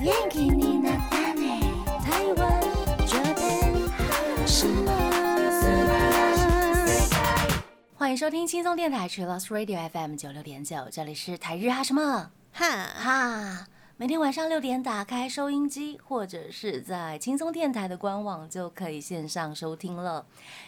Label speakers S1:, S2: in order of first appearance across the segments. S1: 元気になったね台湾这边什么？
S2: 欢迎收听轻松电台 t r i l o s Radio FM 九六点九，这里是台日哈什么
S3: 哈，
S2: 哈。每天晚上六点打开收音机，或者是在轻松电台的官网就可以线上收听了。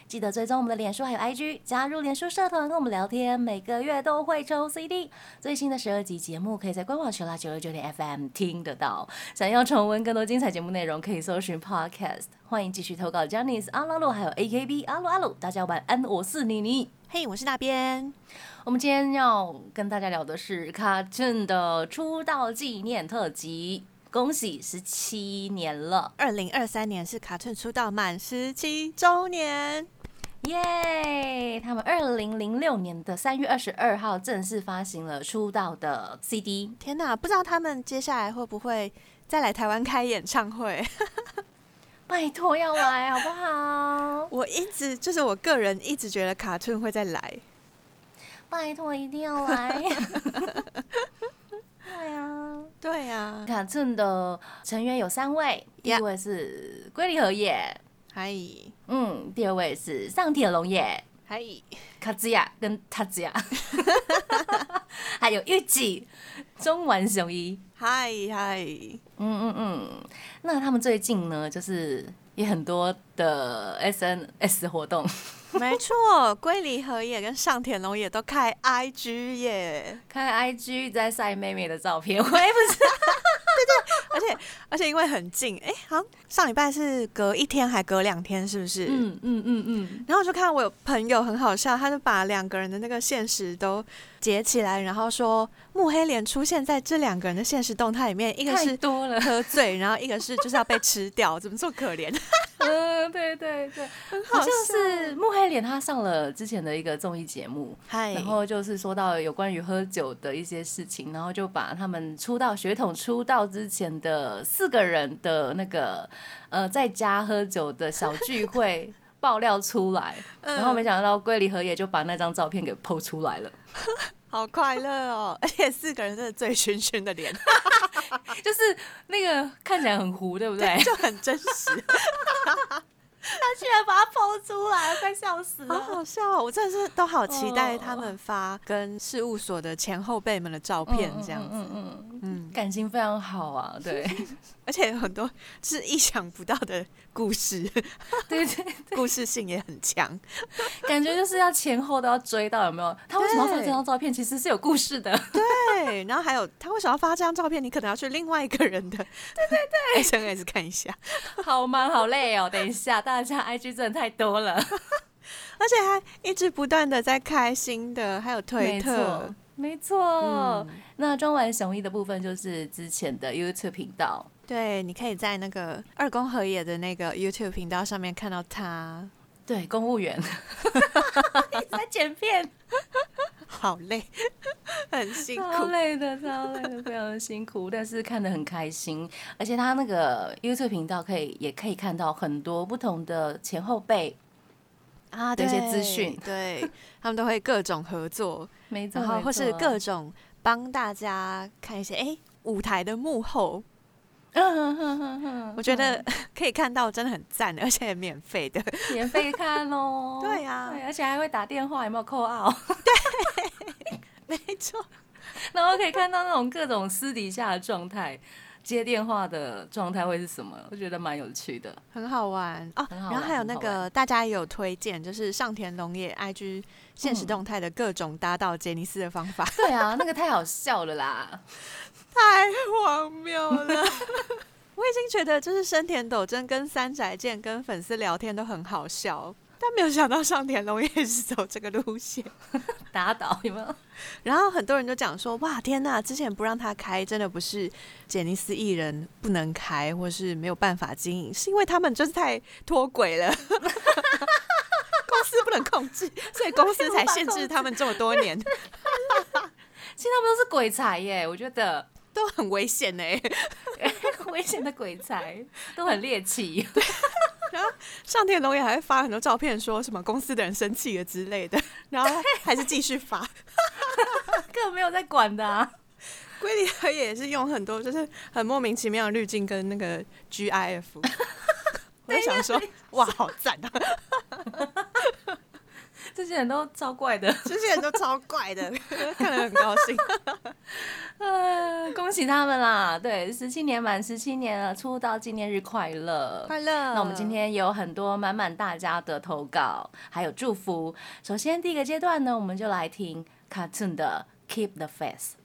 S2: 记得追踪我们的脸书还有 IG，加入脸书社团跟我们聊天，每个月都会抽 CD。最新的十二集节目可以在官网 t r i l o s 九六九点 FM 听得到。想要重温更多精彩节目内容，可以搜寻 Podcast。欢迎继续投稿 j a n i c e 阿拉鲁还有 AKB 阿鲁阿鲁，大家晚安，我是妮妮。
S3: 嘿，我是那边。
S2: 我们今天要跟大家聊的是 Cartoon 的出道纪念特辑，恭喜十七年了，
S3: 二零二三年是卡顿出道满十七周年，
S2: 耶！他们二零零六年的三月二十二号正式发行了出道的 CD，
S3: 天哪！不知道他们接下来会不会再来台湾开演唱会？
S2: 拜托要来好不好？
S3: 我一直就是我个人一直觉得卡顿会再来，
S2: 拜托一定要来！ 对呀。
S3: 对啊，
S2: 卡顿的成员有三位，第一
S3: Yeah
S2: 位是龟梨和也，
S3: 嗨
S2: 嗯，第二位是上铁龙也，
S3: 嗨，
S2: 卡兹亚跟塔兹亚， 还有玉吉、中丸雄一，
S3: 嗨嗨，
S2: 嗯嗯嗯。那他们最近呢，就是也很多的 SNS 活 动，
S3: 没错， 龟梨和也跟上田龙也都开 IG 耶，
S2: 看 IG 在晒妹妹的照 片，我也不知道。
S3: 而且而且因为很近，哎、好像上礼拜是隔一天还隔两天，是不是？
S2: 嗯嗯嗯嗯，
S3: 然后我就看我有朋友很好笑，他就把两个人的那个现实都截起来，然后说慕黑莲出现在这两个人的现实动态里面，一个
S2: 太
S3: 是
S2: 多 了。
S3: 喝醉，然后一个是就是要被吃掉，怎么这么可怜？
S2: 嗯，对对对，好像是慕黑脸他上了之前的一个综艺节目，
S3: 嗨，
S2: 然后就是说到有关于喝酒的一些事情，然后就把他们出道血统出道之前的四个人的那个呃在家喝酒的小聚 会爆料出来，然后没想到龟梨和也就把那张照片给剖出来了，
S3: 好快乐哦，而且四个人真的醉醺醺的 脸，
S2: 就是那个看起来很糊，对不对？
S3: 就很 真实，
S2: 他居然把它剖出来，快笑死
S3: 好好笑、哦。我真的是都好期待
S2: 哦
S3: 他们发跟事务所的前后辈们的照片这样子，
S2: 嗯嗯嗯嗯，感情非常好啊， 对
S3: 而且有很多是意想不到的故事，
S2: 对对，
S3: 故事性也很强。
S2: 感觉就是要前后都要追到，有没有？他为什么要发
S3: 对
S2: 这张照片？其实是有故事的。
S3: 对，然后还有他为什么要发这张照片？你可能要去另外一个人 的对对对 SNS 看一下，
S2: 好忙好累哦，等一下，大家 IG 真的太多了，
S3: 而且还一直不断的在开新的，还有推特，，
S2: 没错。那中文雄一的部分就是之前的 YouTube 频道，
S3: 对，你可以在那个二宫和也的那个 YouTube 频道上面看到他。
S2: 对，公务 员，一直在剪片，
S3: 好累， 很辛
S2: 超
S3: 苦。
S2: 累的，超累的，非常的辛苦，但是看得很开心。而且他那个 YouTube 频道可以也可以看到很多不同的前后辈，
S3: 啊
S2: 的一些资讯
S3: 对他们都会各种合作，
S2: 没错，
S3: 然后
S2: 没
S3: 或是
S2: 错
S3: 各种帮大家看一些哎、诶舞台的幕后，
S2: 嗯哼哼哼
S3: 我觉得 可以看到真的很赞，而且也免费的。，
S2: 免费看哦
S3: 对啊
S2: 对，而且还会打电话，有没有扣号？
S3: 没错，
S2: 然后可以看到那种各种私底下的状态，接电话的状态会是什么？我觉得蛮有趣的。
S3: 很好玩哦。
S2: 很好玩
S3: 然后还有那
S2: 很好
S3: 个大家也有推荐，就是上田龙也 IG 现实
S2: 嗯
S3: 动态的各种搭到杰尼斯的方法，
S2: 对啊，那个太好笑了啦！
S3: 太荒谬了。 我已经觉得就是生田斗真跟三宅健跟粉丝聊天都很好笑，但没有想到上田龙也是走这个路线。
S2: 打倒有没有？
S3: 然后很多人就讲说，哇，天呐，之前不让他开，真的不是杰尼斯艺人不能开，或是没有办法经营，是因为他们就是太脱轨了， 公司不能控制，所以公司才限制他们这么多年，
S2: 其实他们都是鬼才耶，我觉 得
S3: 都很危险欸呢、
S2: 危险的鬼才都很猎 奇。
S3: 上天龙也还会发很多照片，说什么公司的人生气了之 类的，然后还是继续发，
S2: 根本没有在管的、啊，
S3: 龟梨和也是用很多就是很莫名其妙的滤镜跟那个 GIF，我就想说哇，好赞啊！
S2: 这些人都超怪 的，
S3: 这些人都超怪 的，看了很高兴。
S2: 呃，恭喜他们啦！对，十七年满十七年了，出道纪念日快乐！
S3: 快乐
S2: 那我们今天有很多满满大家的投稿，还有祝福。首先第一个阶段呢，我们就来听 Cartoon 的《Keep the Faith》。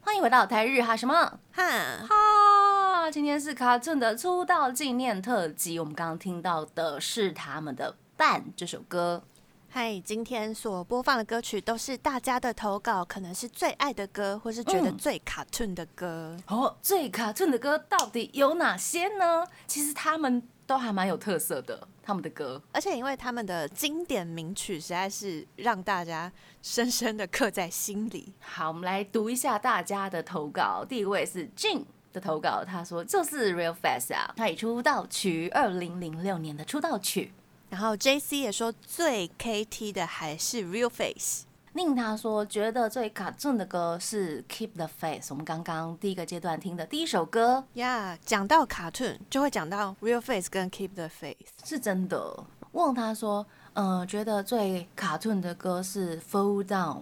S2: 欢迎回到台日哈什么
S3: 哈，
S2: 哈？今天是 Cartoon 的出道纪念特辑，我们刚刚听到的是他们的《伴》这首歌。
S3: 嗨，今天所播放的歌曲都是大家的投稿，可能是最爱的歌，或是觉得
S2: 嗯
S3: 最 cartoon 的歌。
S2: 哦，最卡顿的歌到底有哪些呢？其实他们都还蛮有特色的，他们的歌。
S3: 而且因为他们的经典名曲实在是让大家深深的刻在心里。
S2: 好，我们来读一下大家的投稿。第一位是 Jin 的投稿，他说就是 Real Fast 啊，他以出道曲二零零六年的出道曲。
S3: 然后 J C 也说最 K T 的还是 Real Face。
S2: 令他说觉得最卡顿的歌是 Keep the Faith，我们刚刚第一个阶段听的第一首歌
S3: 呀、讲到 cartoon 就会讲到 Real Face 跟 Keep the Faith。
S2: 是真的。问他说，呃，觉得最卡顿的歌是 Fall Down。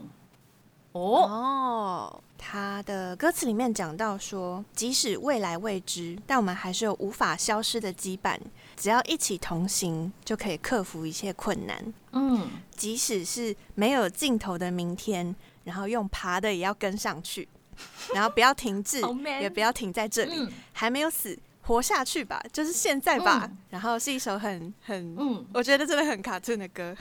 S2: 哦，
S3: 哦，他的歌词里面讲到说，即使未来未知，但我们还是有无法消失的羁绊，只要一起同行，就可以克服一切困难。
S2: 嗯，
S3: 即使是没有尽头的明天，然后用爬的也要跟 上去，然后不要停滞
S2: 好 man，
S3: 也不要停在这里，
S2: 嗯
S3: 还没有死，活下去吧，就是现在吧。
S2: 嗯
S3: 然后是一首很很，
S2: 嗯
S3: 我觉得真的很卡顿的歌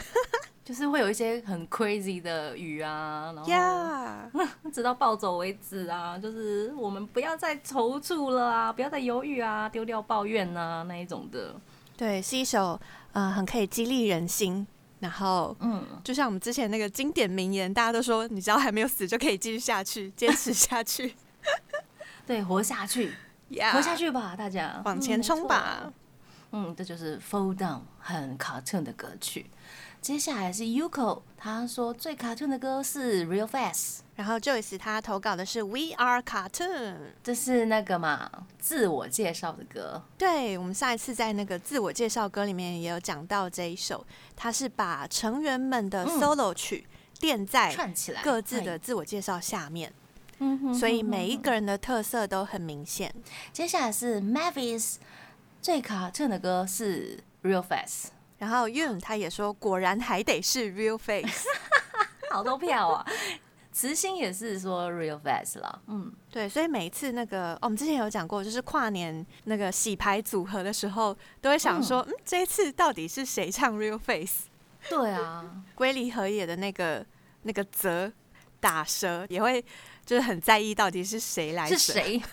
S2: 就是会有一些很 crazy 的雨啊，然
S3: 呀。
S2: 后直到暴走为止啊，就是我们不要再踌躇了啊，不要再犹豫啊，丢掉抱怨啊那一种的，
S3: 对，是一首呃很可以激励人心，然后。
S2: 嗯，
S3: 就像我们之前那个经典名言，大家都说，你只要还没有死，就可以继续下去，坚持下去，
S2: 对，活下去，
S3: yeah,
S2: 活下，去嗯吧，大家
S3: 啊 往前冲吧。
S2: 嗯，嗯这就是 Fall Down 很 cartoon 的歌曲。接下来是 Yuko，他说最 cartoon 的歌是 Real Fast，
S3: 然后 Joyce 他投稿的是 We Are Cartoon，
S2: 这是那个嘛自我介绍的歌，
S3: 对我们上一次在那个自我介绍歌里面也有讲到这一首，它是把成员们的
S2: 嗯
S3: solo 曲垫在
S2: 串起来
S3: 哎各自
S2: 哎
S3: 的自我介绍下面，
S2: 嗯哼
S3: 所以
S2: 哼哼
S3: 每一个人的特色都很明显。
S2: 接下来是 Mavis 最卡顿的歌是 Real Fast，
S3: 然后 Yun 他也说，果然还得是 Real Face，
S2: 好多票啊！慈心也是说 Real Fast 啦，嗯，
S3: 对，所以每一次那个、哦我们之前有讲过，就是跨年那个洗牌组合的时候，都会想说，嗯，这一次到底是谁唱 Real Face？
S2: 对啊，
S3: 龟梨和也的那个那个泽打蛇，也会就是很在意到底是谁来
S2: 是
S3: 折？
S2: 谁？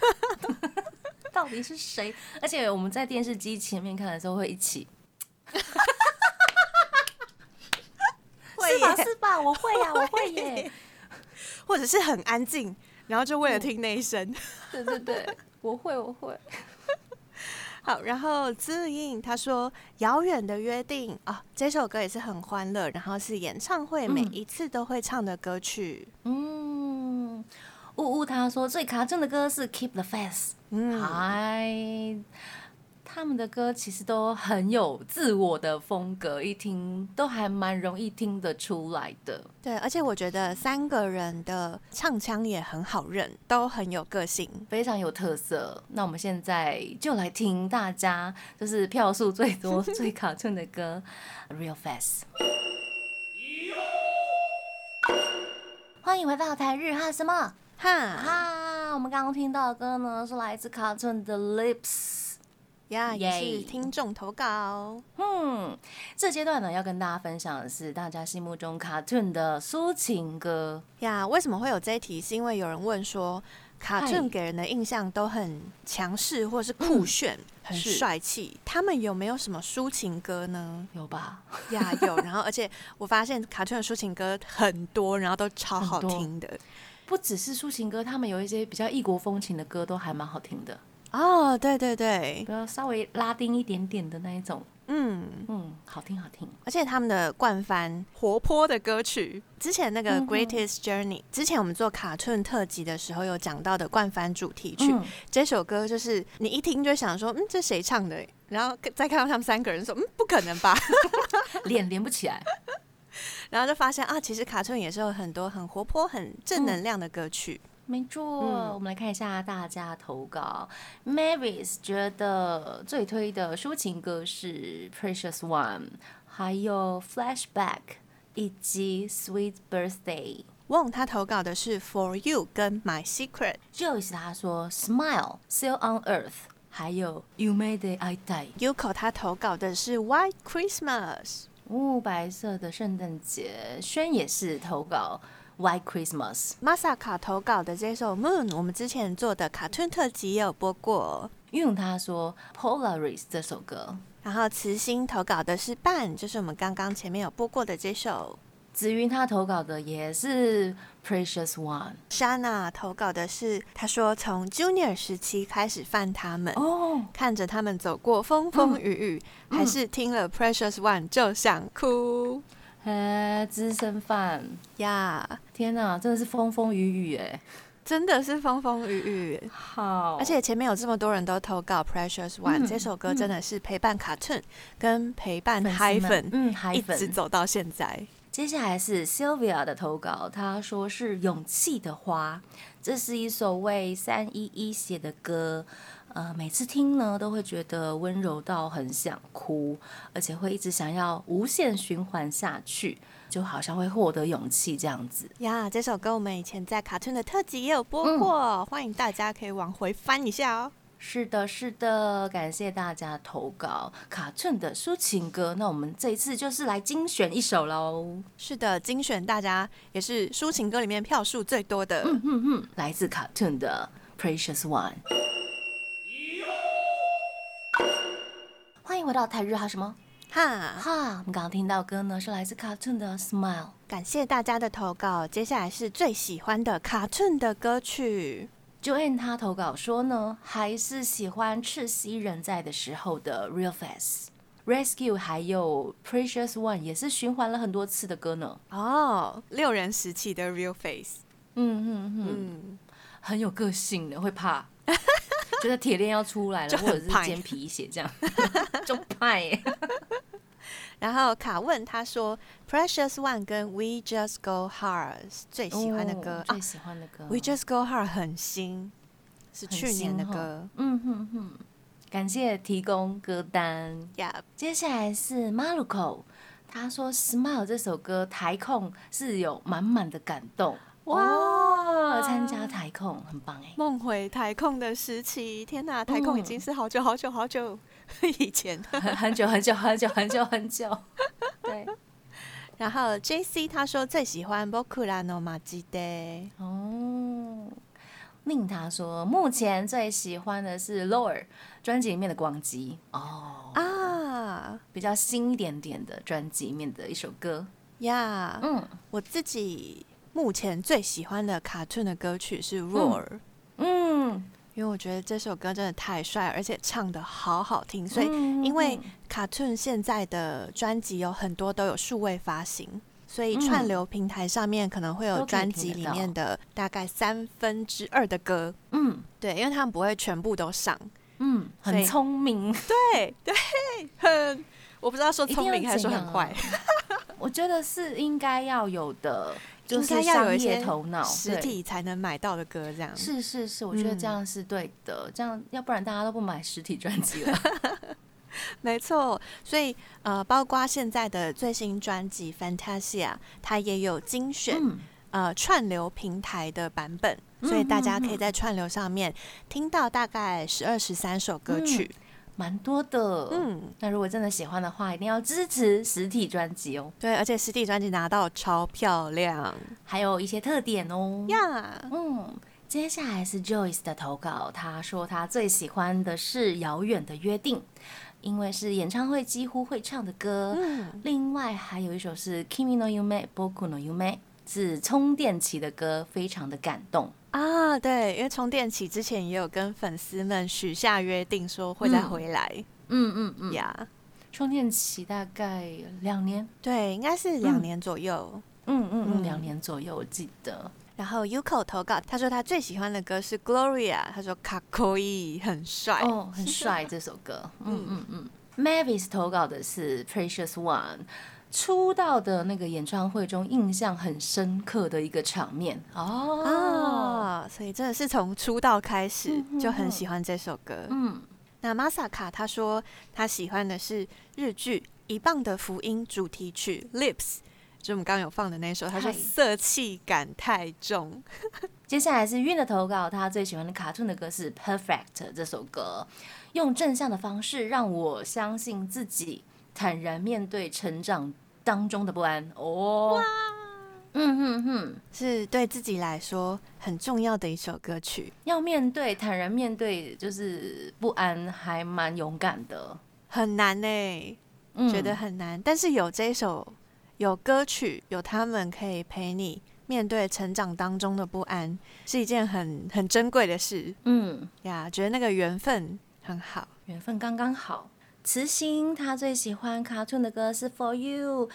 S2: 到底是谁？而且我们在电视机前面看的时候会一起，
S3: 会
S2: 是吧？
S3: 耶
S2: 是吧？我会呀、我 会耶！
S3: 或者是很安静，然后就
S2: 嗯
S3: 为了听那一声。
S2: 对对对，我会，我会。
S3: 好，然后自印他说《遥远的约定》啊，这首歌也是很欢乐，然后是演唱会每一次都会唱的歌曲。
S2: 嗯，呜呜，他说最卡顿的歌是 Keep the Faith。
S3: 嗯，
S2: 嗨，他们的歌其实都很有自我的风格，一听都还蛮容易听得出来的。
S3: 对，而且我觉得三个人的唱腔也很好认，都很有个性。
S2: 非常有特色。那我们现在就来听大家就是票数最多、最卡顿的歌《Real Fast》。欢迎回到台日哈什么
S3: 哈
S2: 啊？我们刚刚听到的歌呢，是来自卡顿的《Lips》。
S3: 呀，也
S2: 耶
S3: 是听众投稿。
S2: 嗯，这阶段呢，要跟大家分享的是大家心目中 cartoon 的抒情歌。
S3: 呀为什么会有这一题？是因为有人问说，卡
S2: 嗨
S3: 顿给人的印象都很强势或是酷炫、很
S2: 嗯是
S3: 帅气，他们有没有什么抒情歌呢？
S2: 有吧？
S3: 呀，有。然后，而且我发现卡顿的抒情歌很多，然后都超
S2: 很
S3: 好
S2: 多
S3: 听的。
S2: 不只是抒情歌，他们有一些比较异国风情的歌都还蛮好听的，
S3: 哦，对对对
S2: 比，较稍微拉丁一点点的那一种，
S3: 嗯，
S2: 嗯，好听好听。
S3: 而且他们的冠番活泼的歌曲，之前那个
S2: 嗯哼
S3: 《Greatest Journey》，之前我们做卡顿特辑的时候有讲到的冠番主题曲，
S2: 嗯
S3: 这首歌就是你一听就会想说，嗯，这谁唱的欸？然后再看到他们三个人说，嗯，不可能吧？
S2: 脸连不起来，
S3: 然后就发现啊，其实卡顿也是有很多很活泼、很
S2: 嗯
S3: 正能量的歌曲。
S2: 没错，
S3: 嗯
S2: 我们来看一下大家投稿。Mavis 觉得最推的抒情歌是《Precious One》，还有《Flashback》以及《Sweet Birthday》。
S3: Wong 他投稿的是《For You》跟《My Secret》。
S2: Joyce 他说《Smile》、《Still on Earth》，还有《You Made It I Die》。
S3: Yuko 他投稿的是《White Christmas》。
S2: 雾、白色的圣诞节，轩也是投稿《White Christmas》。
S3: Masaka 投稿的这首《Moon》，我们之前做的卡顿特辑也有播过。
S2: 用他说《Polaris》这首歌。
S3: 然后慈心投稿的是《伴》，就是我们刚刚前面有播过的这首。
S2: 紫云他投稿的也是《Precious One》。
S3: Shana 投稿的是，他说从 Junior 时期开始犯他们。
S2: 哦，
S3: 看着他们走过风风雨雨，还是听了《Precious One》就想哭
S2: 哎，资深饭，
S3: 呀
S2: 天哪，真的是风风雨雨哎，
S3: 真的是风风雨雨。
S2: 好
S3: 而且前面有这么多人都投稿《Precious One、
S2: 嗯
S3: 这首歌，真的是陪伴卡顿跟陪伴
S2: 粉丝们
S3: Hyphen，
S2: 嗯
S3: 一直
S2: ，hyphen。
S3: 走到现在。
S2: 接下来是 Sylvia 的投稿，她说是《勇气的花》，这是一首为三一一写的歌。呃，每次听呢，都会觉得温柔到很想哭，而且会一直想要无限循环下去，就好像会获得勇气这样子。
S3: 呀这首歌我们以前在卡顿的特辑也有播过，欢迎大家可以往回翻一下哦。
S2: 是的，是的，感谢大家投稿卡顿的抒情歌。那我们这一次就是来精选一首喽，
S3: 是的，精选大家也是抒情歌里面票数最多的。
S2: 来自卡顿的《Precious One》。欢迎回到台日哈什么
S3: 哈，
S2: 哈？我们刚刚听到歌呢是来自卡顿的《Smile》。
S3: 感谢大家的投稿，接下来是最喜欢的卡顿的歌曲。
S2: Joanne 她投稿说呢，还是喜欢赤西仁在的时候的 Real Face。Rescue 还有 Precious One 也是循环了很多次的歌呢，
S3: 哦，六人时期的 Real Face，
S2: 嗯嗯嗯，
S3: 嗯，
S2: 很有个性的，会怕，觉得铁链要出来
S3: 就
S2: 了，
S3: 很
S2: 或者是
S3: 派
S2: 尖皮鞋这样， 就派耶。
S3: 然后卡问他说，Precious One 跟 We Just Go Hard 是最喜欢的歌
S2: 哦、
S3: 啊
S2: 最喜欢的歌。
S3: ，We Just Go Hard 很新，是
S2: 很
S3: 去年的
S2: 新哦
S3: 歌。
S2: 嗯哼哼，感谢提供歌单。
S3: 呀，
S2: 接下来是 Maruko，他说《Smile》这首歌台控是有满满的感动。哇，参加台控很棒哎！
S3: 梦回台控的时期，天哪，台控已经是好久好久好久 以前。
S2: 很 很久很久很久很久很久，对，
S3: 然后 J C 他说最喜欢 Bokura no Majide，
S2: 哦，令他说目前最喜欢的是 Lower 专辑里面的光机哦，
S3: 啊
S2: 比较新一点点的专辑里面的一首歌。
S3: 呀
S2: 嗯
S3: 我自己目前最喜欢的卡顿的歌曲是 Roar、
S2: 嗯，
S3: 因为我觉得这首歌真的太帅，而且唱的好好听，所以
S2: 嗯
S3: 因为
S2: 嗯
S3: 卡顿现在的专辑有很多都有数位发行，所以
S2: 嗯
S3: 串流平台上面可能会有
S2: 都可以
S3: 专
S2: 听
S3: 辑
S2: 得
S3: 里
S2: 到
S3: 面的大概三分之二的歌，
S2: 嗯
S3: 对，因为他们不会全部都上，
S2: 嗯，
S3: 所
S2: 很
S3: 以
S2: 聪明，
S3: 对对，很，我不知道说聪明还是说很坏
S2: 一， 我觉得是应该要有的，就
S3: 应该
S2: 是
S3: 要有
S2: 商
S3: 一
S2: 业
S3: 些
S2: 头 脑，
S3: 实
S2: 对
S3: 体才能买到的歌这样。
S2: 是是是，我觉得这
S3: 嗯
S2: 样是对的，这样要不然大家都不买实体专辑了。
S3: 没错，所以呃，包括现在的最新专辑《Fantasia》，它也有精选、
S2: 嗯
S3: 呃串流平台的版本，所以大家
S2: 嗯
S3: 可以在串流上面听到大概十二十三首歌曲。
S2: 蛮多的，
S3: 嗯
S2: 嗯，那如果真的喜欢的话，一定要支持实体专辑哦，
S3: 对，而且实体专辑拿到超漂亮
S2: 还有一些特点哦。
S3: 呀！
S2: 嗯，接下来是 Joyce 的投稿，她说她最喜欢的是《遥远的约定》，因为是演唱会几乎会唱的歌。
S3: 嗯
S2: 另外还有一首是《Kimi no Yume Boku no Yume》，是充电期的歌，非常的感动。
S3: 啊，对，因为充电期之前也有跟粉丝们许下约定，说会再
S2: 嗯
S3: 回来
S2: 嗯嗯嗯，
S3: 呀。
S2: 充电期大概两年，
S3: 对，应该是两年左右。
S2: 嗯嗯嗯，
S3: 嗯
S2: 两年左右，我记得。
S3: 然后 Yuko 投稿，他说他最喜欢的歌是 Gloria，他说卡酷伊很帅。
S2: 哦，很 帅这首歌。嗯嗯嗯。Mavis 投稿的是 Precious One。出道的那个演唱会中，印象很深刻的一个场面哦，
S3: 啊，所以真的是从出道开始
S2: 嗯
S3: 就很喜欢这首歌。
S2: 嗯，
S3: 那 Masaka 他说他喜欢的是日剧《一棒的福音》主题曲《Lips》，就我们刚刚有放的那首。他说
S2: 嗨
S3: 色气感太重，
S2: 接下来是韵的投稿，他最喜欢的卡通的歌是《Perfect》这首歌，用正向的方式让我相信自己，坦然面对成长当中的不安。哦，嗯哼哼，
S3: 是对自己来说很重要的一首歌曲，
S2: 要面对，坦然面对，就是不安，还蛮勇敢的。
S3: 很难呢、
S2: 嗯
S3: 觉得很难。但是有这首有歌曲，有他们可以陪你面对成长当中的不安，是一件很很珍贵的事
S2: 嗯，
S3: 呀。觉得那个缘分很好。
S2: 缘分刚刚好。慈心他最喜欢 cartoon 的歌是《For You》，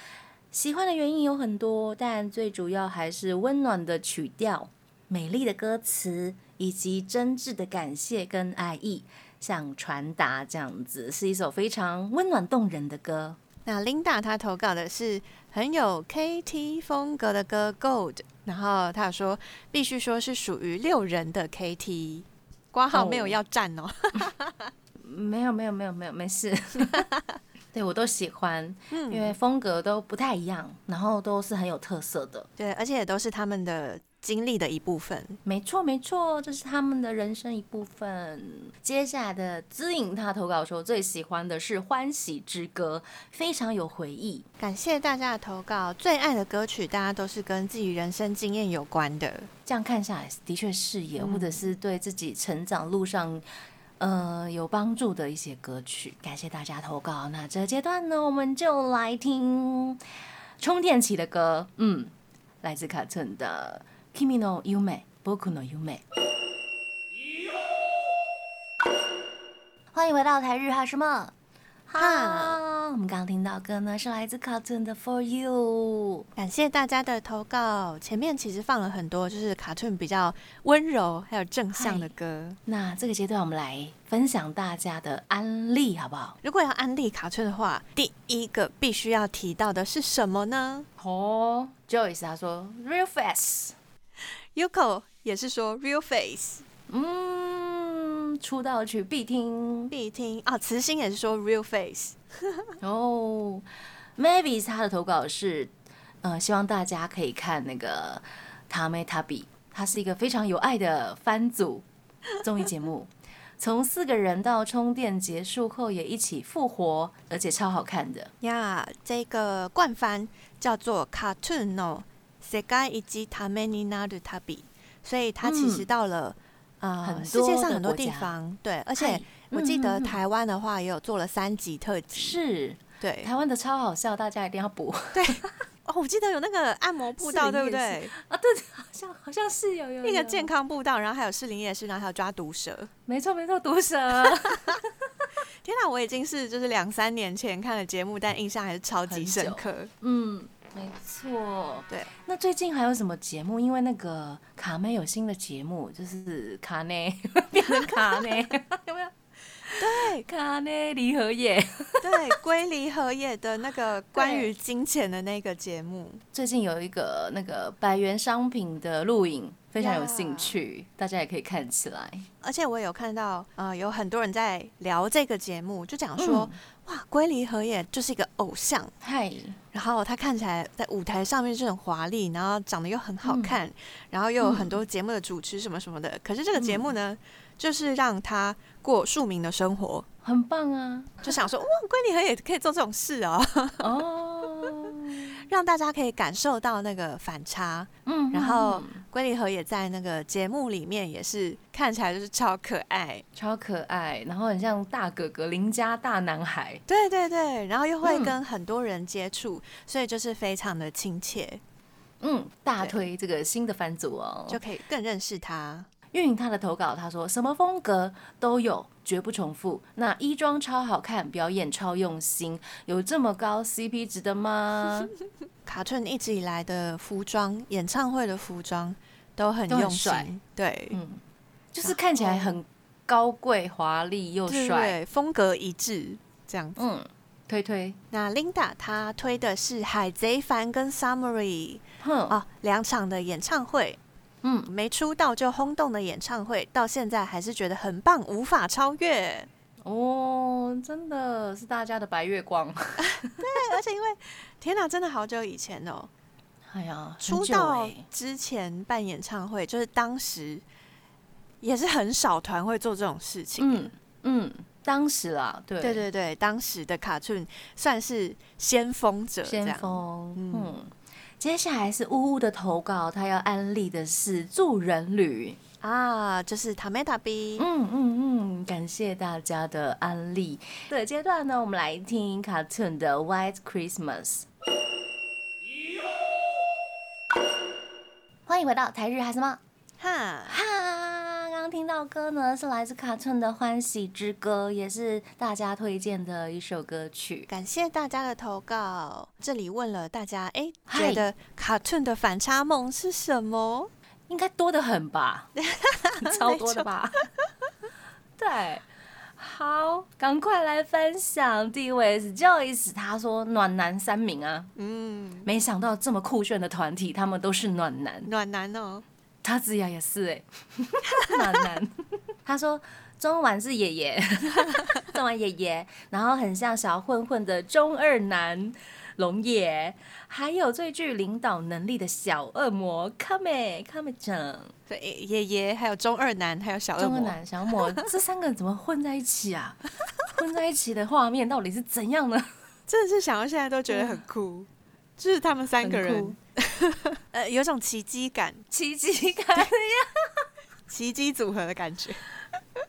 S2: 喜欢的原因有很多，但最主要还是温暖的曲调、美丽的歌词以及真挚的感谢跟爱意，想传达这样子，是一首非常温暖动人的歌。
S3: 那 Linda 她投稿的是很有 KT 风格的歌《Gold》，然后她有说必须说是属于六人的 KT，挂号没有
S2: 哦
S3: 要站哦。
S2: 没有没有没有没有，没事。 对我都喜欢，
S3: 嗯
S2: 因为风格都不太一样，然后都是很有特色的。
S3: 对，而且也都是他们的经历的一部分。
S2: 嗯没错，没错，这是他们的人生一部分。接下来的资颖，他投稿说最喜欢的是《欢喜之歌》，非常有回忆。
S3: 感谢大家的投稿，最爱的歌曲大家都是跟自己人生经验有关的。
S2: 这样看下来，的确是也，或者是对自己成长路上。呃，有帮助的一些歌曲，感谢大家投稿。那这阶段呢，我们就来听充电期的歌，嗯，来自卡顿的《Kimi no Yume》，Boku no Yume。欢迎回到台日哈什么哈？
S3: 哈
S2: 我们刚刚听到歌呢，是来自卡顿的《For You》。
S3: 感谢大家的投稿，前面其实放了很多就是卡顿比较温柔还有正向的歌。
S2: 那这个阶段，我们来分享大家的安利，好不好？
S3: 如果要安利卡顿的话，第一个必须要提到的是什么呢
S2: 哦、j o y c e 他说 Real Face，
S3: ？Yuko 也是说 Real Face
S2: 嗯，出道曲必听
S3: 必听啊，慈心也是说 Real Face。嗯
S2: 哦。Mavis 他的投稿是，呃，希望大家可以看那个《塔梅塔比》，他是一个非常有爱的番组综艺节目， 从四个人到充电结束后也一起复活，而且超好看的。
S3: 呀这个冠番叫做 Cartoon no s e g a i j i t a m e n i n a r u t a b i 所以它其实
S2: 嗯
S3: 到了、呃
S2: 很
S3: 世界
S2: 多
S3: 上
S2: 的
S3: 很多
S2: 国
S3: 地
S2: 家
S3: 方，对，
S2: 嗨
S3: 而且
S2: 嗯
S3: 我记得
S2: 嗯嗯
S3: 台湾的话也有做了三集特辑，
S2: 是
S3: 对
S2: 台湾的超好笑，大家一定要补
S3: 对。哦，我记得有那个按摩步道，
S2: 士
S3: 对
S2: 林
S3: 不
S2: 夜
S3: 对？
S2: 啊！对，好像好像是有有
S3: 那个
S2: 有
S3: 健康步道，然后还有士林夜市，然后还有抓毒蛇。
S2: 没错没错，毒 蛇。
S3: 天哪，我已经是就是两三年前看的节目，但印象还是超级
S2: 很
S3: 深
S2: 久
S3: 刻。
S2: 嗯，没错。
S3: 对，
S2: 那最近还有什么节目？因为那个卡妹有新的节目，就是卡 内变成卡内，有没有？
S3: 对
S2: 卡内离合夜。
S3: 对，龟梨和也的那个关
S2: 对
S3: 于金钱的那个节目，
S2: 最近有一个那个百元商品的录影，非常有
S3: 呀
S2: 兴趣，大家也可以看起来。
S3: 而且我有看到，呃，有很多人在聊这个节目，就讲
S2: 嗯
S3: 说，哇，龟梨和也就是一个偶像，
S2: 嗨，
S3: 然后他看起来在舞台上面就很华丽，然后长得又很好
S2: 嗯
S3: 看，然后又有很多节目的主持什么什么的。可是这个节目
S2: 嗯
S3: 呢，就是让他过庶民的生活，
S2: 很棒啊！
S3: 就想说，哇，龟梨和也可以做这种事哦，
S2: 哦，
S3: 让大家可以感受到那个反差。
S2: 嗯
S3: 然后
S2: 嗯
S3: 龟梨和也在那个节目里面也是看起来就是超可爱。
S2: 超可爱，然后很像大哥哥邻家大男孩。
S3: 对对对，然后又会
S2: 嗯
S3: 跟很多人接触，所以就是非常的亲切，
S2: 嗯，大
S3: 对
S2: 推这个新的番组哦，
S3: 就可以更认识他。
S2: 运营他的投稿，他说什么风格都有，绝不重复。那衣装超好看，表演超用心，有这么高 CP 值的 吗？
S3: 卡顿一直以来的服装，演唱会的服装都很
S2: 都很
S3: 用
S2: 帅
S3: 心，对，
S2: 嗯就是看起来很高贵、华丽又
S3: 对
S2: 帅。
S3: 对，风格一致这样子。
S2: 嗯，推推，
S3: 那 Linda 她推的是《海贼帆》跟《Summary》
S2: 哼，
S3: 哦，两场的演唱会，
S2: 嗯，
S3: 没出道就轰动的演唱会，到现在还是觉得很棒，无法超越。
S2: 哦，真的是大家的白月光。
S3: 对，而且因为天哪，真的好久以前哦，
S2: 哎呀，很
S3: 出
S2: 久
S3: 道
S2: 欸
S3: 之前办演唱会，就是当时也是很少团会做这种事情。
S2: 嗯嗯，当时啦，对
S3: 对对对，当时的卡顿算是先锋者，这
S2: 先
S3: 样
S2: 锋，
S3: 嗯
S2: 嗯。接下来是呜呜的投稿，他要安利的是助人旅。
S3: 啊，就是塔梅塔 B，
S2: 嗯嗯嗯，感谢大家的安利。这个阶段呢，我们来听 Cartoon 的《White Christmas》。欢迎回到台日哈什么
S3: 哈，
S2: 哈！刚刚听到歌呢，是来自 Cartoon 的《欢喜之歌》，也是大家推荐的一首歌曲。
S3: 感谢大家的投稿。这里问了大家，哎、
S2: 嗨
S3: 觉得卡顿的反差萌是什么？
S2: 应该多得很吧，超多的吧？对，好，赶快来分享。第一位是 Joyce，他说暖男三名啊，
S3: 嗯，
S2: 没想到这么酷炫的团体，他们都是暖男。
S3: 暖男哦，
S2: 他子雅也是哎、 暖男。他说中晚是爷爷，中晚爷爷，然后很像小混混的中二男龙野，还有最具领导能力的小恶魔卡美卡美酱。
S3: 对，爷爷还有中二男，还有小恶
S2: 中二
S3: 魔，
S2: 男、小 魔这三个怎么混在一起啊？混在一起的画面到底是怎样呢？
S3: 真的是想到现在都觉得很酷，就是他们三个
S2: 嗯很酷
S3: 人，呃，有种奇迹感，
S2: 奇迹感
S3: 奇迹组合的感 觉。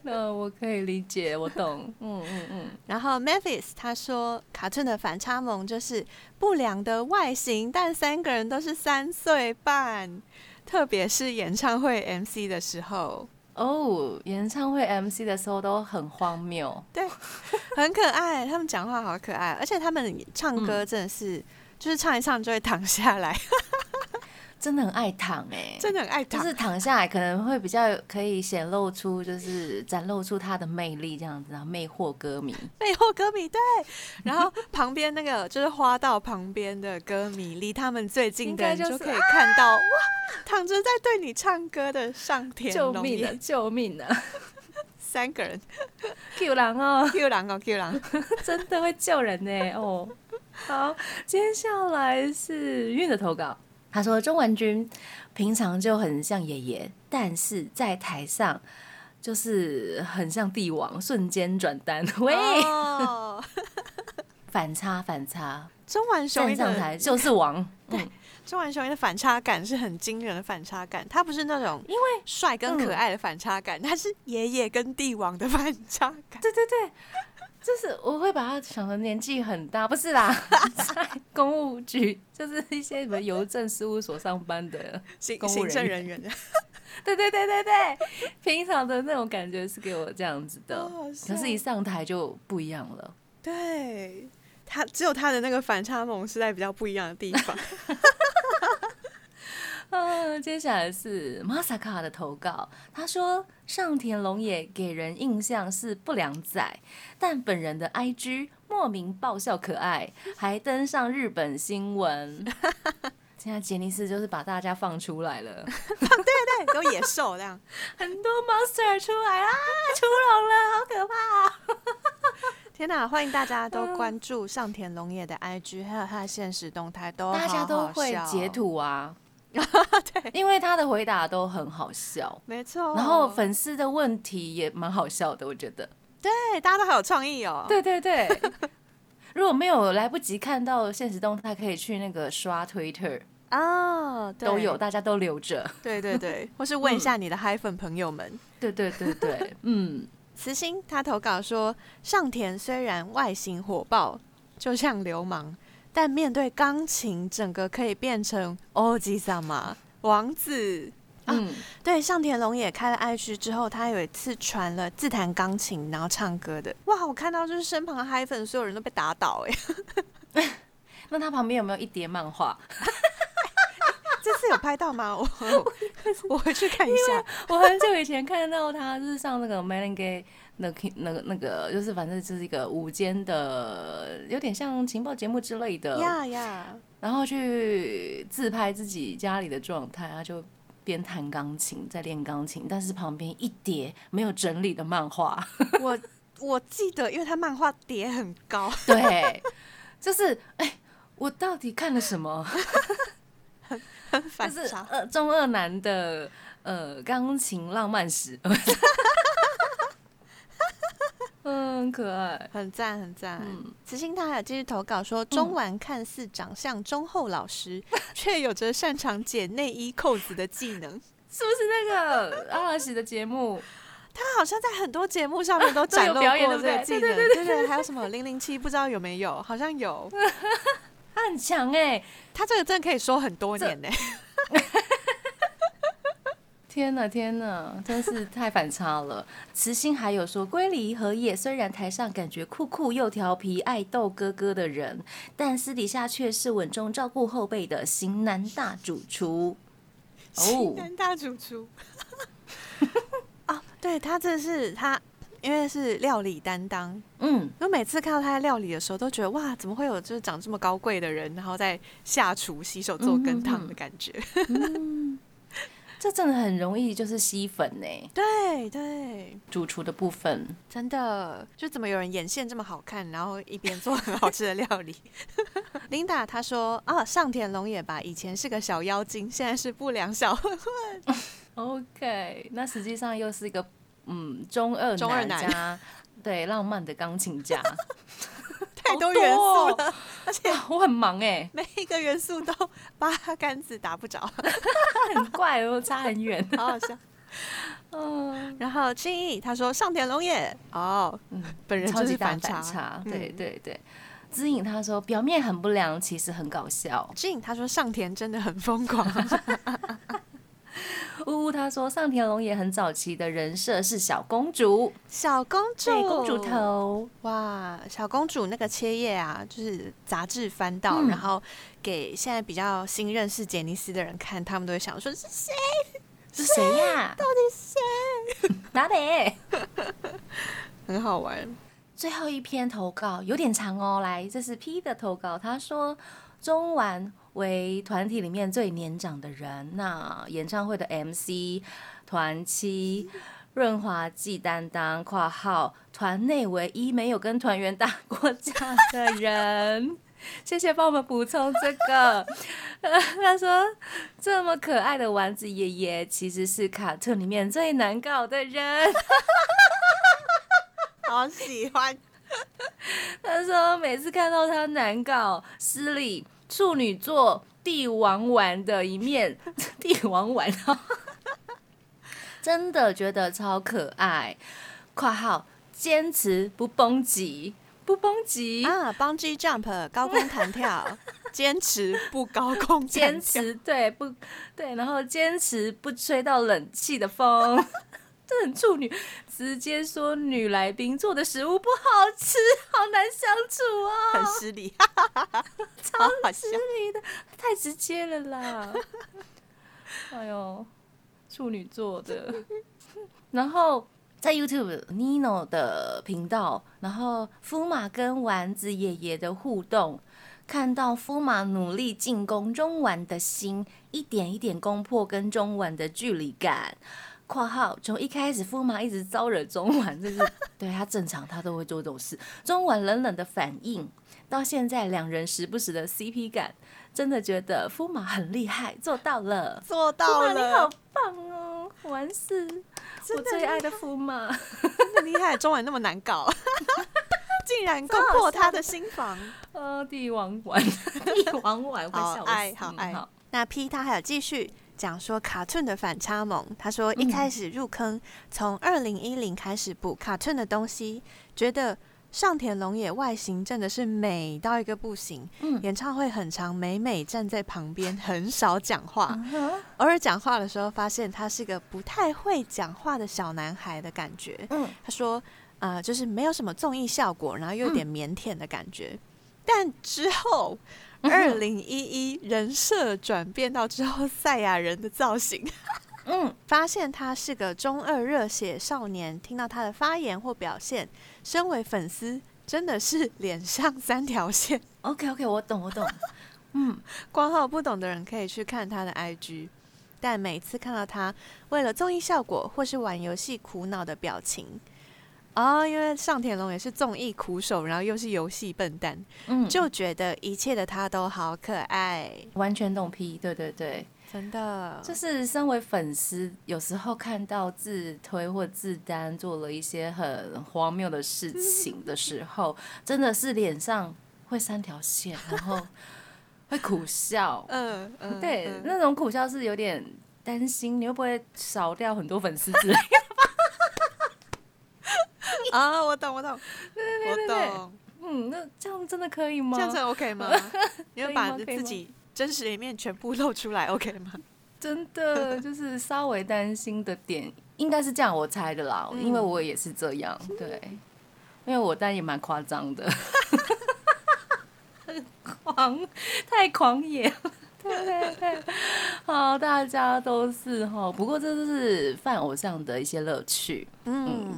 S2: 那哦我可以理解，我懂。嗯嗯嗯，
S3: 然后 Mavis 他说，卡顿的反差萌就是不良的外形，但三个人都是三岁半，特别是演唱会 MC 的时候。
S2: 哦，演唱会 MC 的时候都很荒谬，
S3: 对，很可爱，他们讲话好可爱，而且他们唱
S2: 嗯
S3: 歌真的是，就是唱一唱就会躺下 来，
S2: 真的很爱躺哎、
S3: 真的很爱
S2: 就
S3: 躺。
S2: 是躺下来可能会比较可以显露出，就是展露出他的魅力这样子，然后魅惑歌 迷。
S3: 背后歌迷对，然后旁边那个就是花道旁边的歌迷，离他们最近的人
S2: 应该就
S3: 就是可以看到、哇，躺着在对你唱歌的上田
S2: 救
S3: 龙
S2: 命啊！
S3: 也
S2: 救命啊
S3: 三个人
S2: ！Q 狼哦。
S3: ，Q 狼哦 Q 狼，
S2: 真的会救人呢、哦。好，接下来是韵的投稿，他说中文君平常就很像爷爷，但是在台上就是很像帝王，瞬间转单， 喂，
S3: 哦，
S2: 反差反差，
S3: 中丸雄
S2: 站
S3: 一
S2: 上台
S3: 的
S2: 就是王。嗯，
S3: 中丸雄一的反差感是很惊人的反差感，他不是那种
S2: 因为嗯
S3: 帅跟可爱的反差感，他是爷爷跟帝王的反差感。
S2: 对对对。就是我会把他想成年纪很大，不是啦，在公务局就是一些什么邮政事务所上班的
S3: 行
S2: 公务
S3: 行
S2: 人
S3: 政
S2: 员
S3: 人员的，
S2: 对对对对对，平常的那种感觉是给我这样子的
S3: 好好，
S2: 可
S3: 笑
S2: 是一上台就不一样 了。
S3: 对他只有他的那个反差萌是在比较不一样的地方。
S2: 嗯，接下来是 Masaka 的投稿，他说上田龙也给人印象是不良仔，但本人的 IG 莫名爆笑可爱，还登上日本新 闻。现在杰尼斯就是把大家放出来 了，
S3: 对对，有野兽这样。
S2: 很多 monster 出来啦，出笼了，好可怕、啊！
S3: 天哪，欢迎大家都
S2: 嗯
S3: 关注上田龙也的 IG，还有他的现实动态，都
S2: 大家
S3: 好
S2: 都
S3: 好
S2: 会
S3: 笑
S2: 截，图啊， 对，因为他的回答都很好笑，
S3: 没错。
S2: 然后粉丝的问题也蛮好笑的，我觉得。
S3: 对大家都好有创意哦。
S2: 对对对， 如果没有来不及看到现实动态，可以去那个刷 Twitter
S3: 哦，对
S2: 都有，。大家都留着。
S3: 对 对对，或是问一下你的 Hi 朋友们。
S2: 对对对 对，嗯，
S3: 慈心他投稿说，上田虽然外形火爆，就像流氓，但面对钢琴，整个可以变成欧吉萨玛王子。
S2: 嗯，
S3: 对，上田龙也开了 IG 之后，他有一次传了自弹钢琴然后唱歌的，哇，我看到就是身旁的嗨粉所有人都被打倒哎、
S2: 那他旁边有没有一叠漫画？
S3: 这次有拍到吗？ 我我回去看一下。
S2: 我很久以前看到他，就是上那个《m a l a n g a y 那个那个那个，就是反正就是一个午间的，有点像情报节目之类的
S3: 呀呀，
S2: 然后去自拍自己家里的状态，他就边弹钢琴在练钢琴，但是旁边一叠没有整理的漫 画，
S3: 我我记得，因为他漫画叠很高，
S2: 对，就是哎、我到底看了什么？
S3: 反
S2: 就是
S3: 差。
S2: 呃中二男的呃钢琴浪漫史， 嗯，很可爱。
S3: 很赞很赞，慈心他还有继续投稿说，中丸看似长相忠厚老实， 却有着擅长解内衣扣子的技能。
S2: 是不是那个阿拉西的节目？
S3: 他好像在很多节目上面 都
S2: 都有
S3: 展露
S2: 表演
S3: 过这
S2: 对
S3: 个
S2: 不对
S3: 技能，
S2: 对
S3: 对对，还有什么零零七，不知道有没有？好像有，
S2: 他很强哎、
S3: 他这个真的可以说很多 年呢、
S2: 天呐天呐，真是太反差了。慈心还有说，龟梨和也虽然台上感觉酷酷又调皮、爱逗哥哥的人，但私底下却是稳重照顾后辈的型男大主厨。
S3: 西
S2: 哦，
S3: 南大主厨。 哦，对他这是他，因为是料理担当，
S2: 嗯，
S3: 我每次看到他在料理的时候，都觉得哇，怎么会有就是长这么高贵的人，然后在下厨洗手做羹汤
S2: 嗯
S3: 的感觉？
S2: 这真的很容易就是吸粉呢、
S3: 对对，
S2: 主厨的部分，
S3: 真的，就怎么有人眼线这么好看，然后一边做很好吃的料理？ 琳达她说啊，上田龙也吧，以前是个小妖精，现在是不良小 混混。
S2: OK，那实际上又是一个嗯中二
S3: 中二
S2: 男
S3: 男
S2: 加对浪漫的钢琴家，
S3: 太
S2: 好
S3: 多元素
S2: 哦
S3: 了，而且
S2: 哇我很忙哎、
S3: 每一个元素 都八竿子打不着，
S2: 很怪哦，差很远。
S3: 好好笑。
S2: 嗯，
S3: 然后青意他说上田龙也哦，
S2: 嗯
S3: 本人
S2: 超
S3: 就是
S2: 级大
S3: 反
S2: 反
S3: 差，
S2: 差，对
S3: 嗯
S2: 对对。知影他说表面很不良，其实很搞笑。
S3: Jin 他说上田真的很疯 狂，
S2: 呜呜他说上田龙也很早期的人设是小公主，
S3: 小公主，
S2: 对公主，头，
S3: 哇，小公主那个切页啊，就是杂志翻到，
S2: 嗯
S3: 然后给现在比较新认识杰尼斯的人看，他们都会想说是谁？
S2: 是谁 呀、
S3: 到底谁？
S2: 哪里？
S3: 很好玩，
S2: 最后一篇投稿有点长哦，来，这是 P 的投稿，他说中丸为团体里面最年长的人，那演唱会的 MC 团七。润滑剂担当（括号团内唯一没有跟团员打过架的人），谢谢帮我们补充这个。呃他说：“这么可爱的丸子爷爷其实是卡特里面最难搞的人。”
S3: 好喜欢，
S2: 他说每次看到他难搞、失礼、处女座、帝王丸的一面， 帝王丸，啊真的觉得超可爱。（括号坚持不崩击，不崩击，
S3: 啊！Bungee jump 高空弹跳， 坚持不高空
S2: 坚
S3: 弹跳，
S2: 持对不对？然后坚持不吹到冷气的风。） 这很处女，直接说女来宾做的食物不好吃，好难相处哦。
S3: 很失礼，哈哈哈哈好好笑。
S2: 你的太直接了啦！ 哎呦，处女座的。 然后在 YouTube Nino 的频道，然后夫马跟丸子爷爷的互动，看到夫马努力进攻中丸的心，一点一点攻破跟中丸的距离感。（括号从一开始夫马一直招惹中丸，这是 对他正常，他都会做这种事。中丸冷冷的反应，到现在两人时不时的 CP 感，真的觉得夫马很厉害，做到了。
S3: 做
S2: 夫
S3: 到
S2: 马你好
S3: 了，
S2: 棒哦，完事
S3: 真
S2: 我
S3: 的
S2: 最爱的夫马。
S3: 真的厉害，中文那么难 搞，竟然攻破他的心房。
S2: 呃，帝王 丸，帝王丸会
S3: 好
S2: 笑死，
S3: 爱好
S2: 嗯
S3: 爱那 P 他还有继续讲说卡顿的反差萌，他说
S2: 嗯
S3: 一开始入坑，从二零一零开始补卡顿的东西，觉得上田龙也外形真的是美到一个不行，
S2: 嗯
S3: 演唱会很长，每每站在旁边，很少讲话，
S2: 嗯哼
S3: 偶尔讲话的时候，发现他是个不太会讲话的小男孩的感觉。
S2: 嗯
S3: 他说，呃，就是没有什么综艺效果，然后又有点腼腆的感觉。但之后，
S2: 嗯
S3: 二
S2: 哼
S3: 零一一人设转变到之后赛亚人的造型，
S2: 嗯
S3: 发现他是个中二热血少年。听到他的发言或表现，身为粉丝真的是脸上三条线。
S2: ，OK OK，我懂我懂，嗯
S3: 光号不懂的人可以去看他的 IG，但每次看到他为了综艺效果或是玩游戏苦恼的表情，哦，因为上田龙也是综艺苦手，然后又是游戏笨蛋，
S2: 嗯，
S3: 就觉得一切的他都好可爱，
S2: 完全懂 P，对对对，
S3: 真的。
S2: 就是身为粉丝，有时候看到自推或自单做了一些很荒谬的事情的时候，真的是脸上会三条线，然后会苦笑。
S3: 嗯 嗯，
S2: 对，
S3: 嗯
S2: 那种苦笑是有点担心，你会不会少掉很多粉丝之类的？
S3: 啊，我懂，我懂，
S2: 对对
S3: 我
S2: 对
S3: 懂，
S2: 嗯，那这样真的可以吗？
S3: 这样子 OK 吗？你
S2: 可
S3: 们
S2: 以
S3: 把
S2: 吗可以吗
S3: 自己真实的一面全部露出来 OK 吗？
S2: 真的就是稍微担心的点，应该是这样我猜的啦，因为
S3: 嗯
S2: 我也是这样，对，因为我单也蛮夸张的，很狂，太狂野了。对对对，好，大家都是哈。不过这就是犯偶像的一些乐趣
S3: 嗯，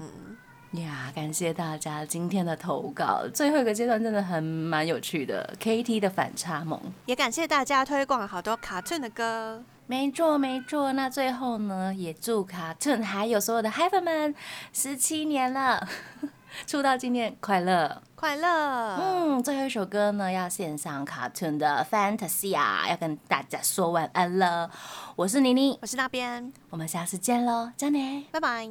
S2: 呀。感谢大家今天的投稿，最后一个阶段真的很蛮有趣的，KT 的反差萌。
S3: 也感谢大家推广好多卡顿的歌。
S2: 没错，没错。那最后呢，也祝卡顿还有所有的 h i f e r 们十七年了， 出道纪念快乐。
S3: 快乐，
S2: 嗯，最后一首歌呢，要献上卡顿的 Fantasia，要跟大家说晚安了。我是妮妮，
S3: 我是那边，
S2: 我们下次见喽，加你。
S3: 拜拜。